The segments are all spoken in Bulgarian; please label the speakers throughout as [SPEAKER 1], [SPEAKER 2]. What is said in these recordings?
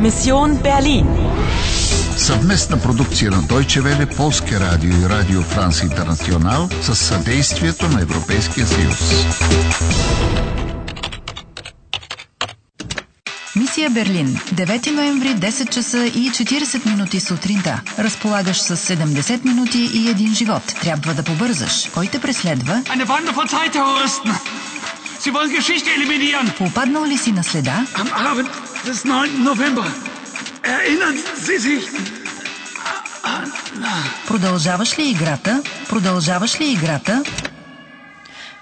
[SPEAKER 1] Mission Berlin.
[SPEAKER 2] Съвместна продукция на Deutsche Welle, Полския радио и Радио Франс Интернационал с съдействието на Европейския съюз.
[SPEAKER 3] Мисия Берлин. 9 ноември, 10 часа и 40 минути сутринта. Разполагаш с 70 минути и един живот. Трябва да побързаш. Кой те преследва?
[SPEAKER 4] Eine Bande von Zeitterroristen. Sie wollen Geschichte eliminieren.
[SPEAKER 3] Попаднал ли си на следа?
[SPEAKER 4] Am Abend des 9. November. Erinnern Sie sich?
[SPEAKER 3] Продължаваш ли играта? Продължаваш ли играта?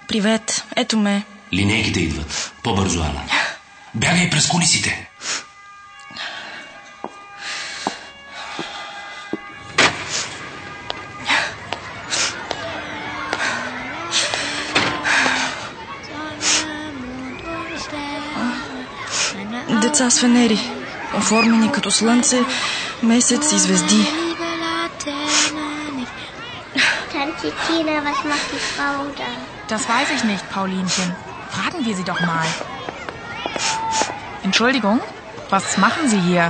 [SPEAKER 5] Привет, ето ме.
[SPEAKER 6] Линейките идват. По-бързо, Ана. Бягай през кулисите.
[SPEAKER 5] Деца с фенери, оформени като слънце, месец и звезди.
[SPEAKER 7] Tante Tina, was macht die Frau da?
[SPEAKER 8] Das weiß ich nicht, Paulinchen. Fragen wir sie doch mal. Entschuldigung, was machen Sie hier?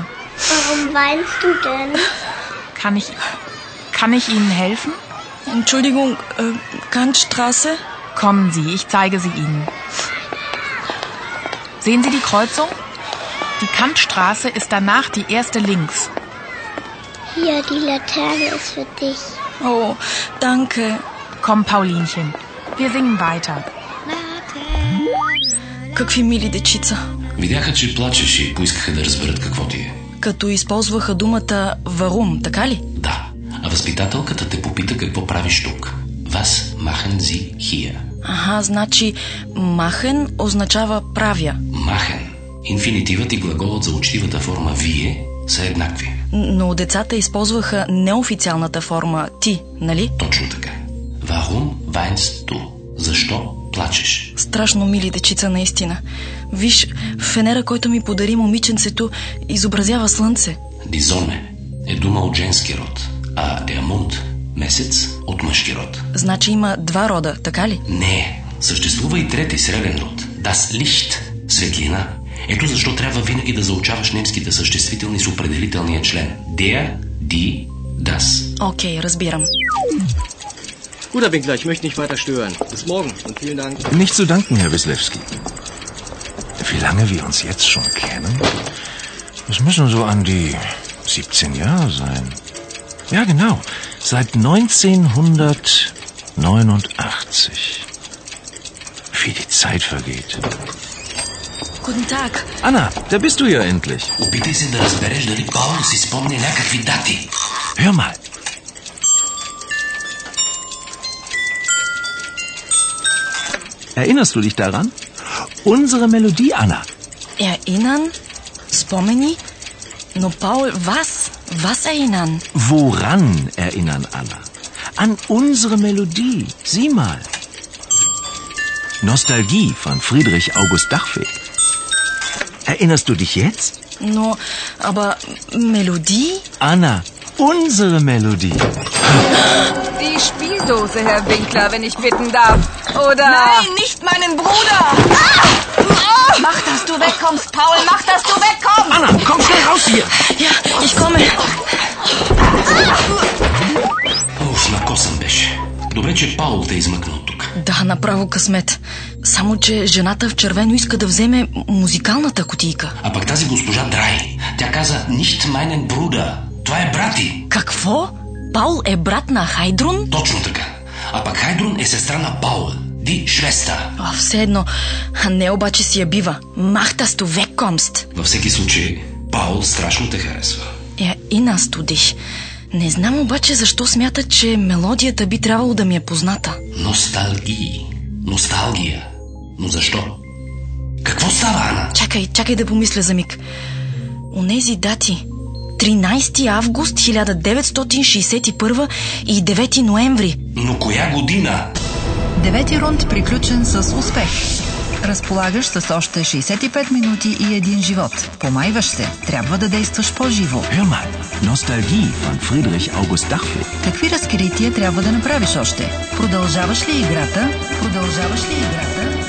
[SPEAKER 7] Warum weinst du denn?
[SPEAKER 8] Kann ich. Kann ich Ihnen helfen?
[SPEAKER 5] Entschuldigung, äh, Kantstraße?
[SPEAKER 8] Kommen Sie, ich zeige sie Ihnen. Sehen Sie die Kreuzung? Die Kantstraße ist danach die erste links.
[SPEAKER 7] Hier, die Laterne ist für dich.
[SPEAKER 5] Oh, danke.
[SPEAKER 8] Komm, Paulinchen, wir singen weiter.
[SPEAKER 5] Какви мили дечица.
[SPEAKER 6] Видяха, че плачеш и поискаха да разберат какво ти е.
[SPEAKER 5] Като използваха думата варум, така ли?
[SPEAKER 6] Да. А възпитателката те попита какво правиш тук. Вас махен зи хия.
[SPEAKER 5] Аха, значи махен означава правя.
[SPEAKER 6] Махен. Инфинитивът и глаголът за учтивата форма вие са еднакви.
[SPEAKER 5] Но децата използваха неофициалната форма ти, нали?
[SPEAKER 6] Точно така. Варум вайнс ту? Защо плачеш?
[SPEAKER 5] Страшно мили дечица, наистина. Виж, фенера, който ми подари момиченцето, изобразява слънце.
[SPEAKER 6] Дизоне е дума от женски род, а деамунт – месец от мъжки род.
[SPEAKER 5] Значи има два рода, така ли?
[SPEAKER 6] Не, съществува и трети среден род. Das Licht – светлина. Ето защо трябва винаги да заучаваш немските съществителни с определителния член. Der, die, das.
[SPEAKER 5] Окей, разбирам.
[SPEAKER 9] Guter Winkler, ich möchte nicht weiter stören. Bis morgen und vielen Dank.
[SPEAKER 10] Nicht zu danken, Herr Wislewski. Wie lange wir uns jetzt schon kennen? Es müssen so an die 17 Jahre sein. Ja, genau. Seit 1989. Wie die Zeit vergeht.
[SPEAKER 5] Контакт.
[SPEAKER 10] Anna, da bist du ja endlich.
[SPEAKER 6] Опитай се да разбереш дали Пауло си спомня някакви дати.
[SPEAKER 10] Hör mal. Erinnerst du dich daran? Unsere Melodie, Anna.
[SPEAKER 5] Erinnern? Спомени? Но, Паул, е was? Was erinnern?
[SPEAKER 10] Woran erinnern Anna? An unsere Melodie. Sieh mal. Nostalgie von Friedrich August Dachfeld. Erinnerst du dich jetzt?
[SPEAKER 5] Но, aber Melodie?
[SPEAKER 10] Anna, unsere Melodie.
[SPEAKER 11] Die Spieldose, Herr Winkler, wenn ich bitten darf. Oder.
[SPEAKER 8] Nein, nicht meinen Bruder!
[SPEAKER 11] Mach, dass du wegkommst, Paul! Mach, dass du wegkommst!
[SPEAKER 10] Anna, komm schnell raus hier.
[SPEAKER 5] Ja, ich komme.
[SPEAKER 6] Уф, на косъм беше. Добре, че Паул те измъкна от тук.
[SPEAKER 5] Да, направо късмет. Само, че жената в червено иска да вземе музикалната кутийка.
[SPEAKER 6] А пък тази госпожа Драй, тя каза «Nicht meinen Bruder». Това е брати.
[SPEAKER 5] Какво? Паул е брат на Хайдрун?
[SPEAKER 6] Точно така. А пък Хайдрун е сестра на Паул. Ди Швеста.
[SPEAKER 5] А, все едно. А не обаче си я бива. Махтасто веккомст.
[SPEAKER 6] Във всеки случай, Паул страшно те харесва.
[SPEAKER 5] Я и настудих. Не знам обаче защо смята, че мелодията би трябвало да ми е позната.
[SPEAKER 6] Носталгии. Носталгия. Но защо? Какво става, Ана?
[SPEAKER 5] Чакай, чакай да помисля за миг. Онези дати. 13 август 1961 и 9 ноември.
[SPEAKER 6] Но коя година?
[SPEAKER 3] Девети рунд приключен с успех. Разполагаш с още 65 минути и един живот. Помайваш се. Трябва да действаш по-живо.
[SPEAKER 10] Hör mal. Nostalgie von Friedrich August Dachfeld.
[SPEAKER 3] Какви разкрития трябва да направиш още? Продължаваш ли играта? Продължаваш ли играта?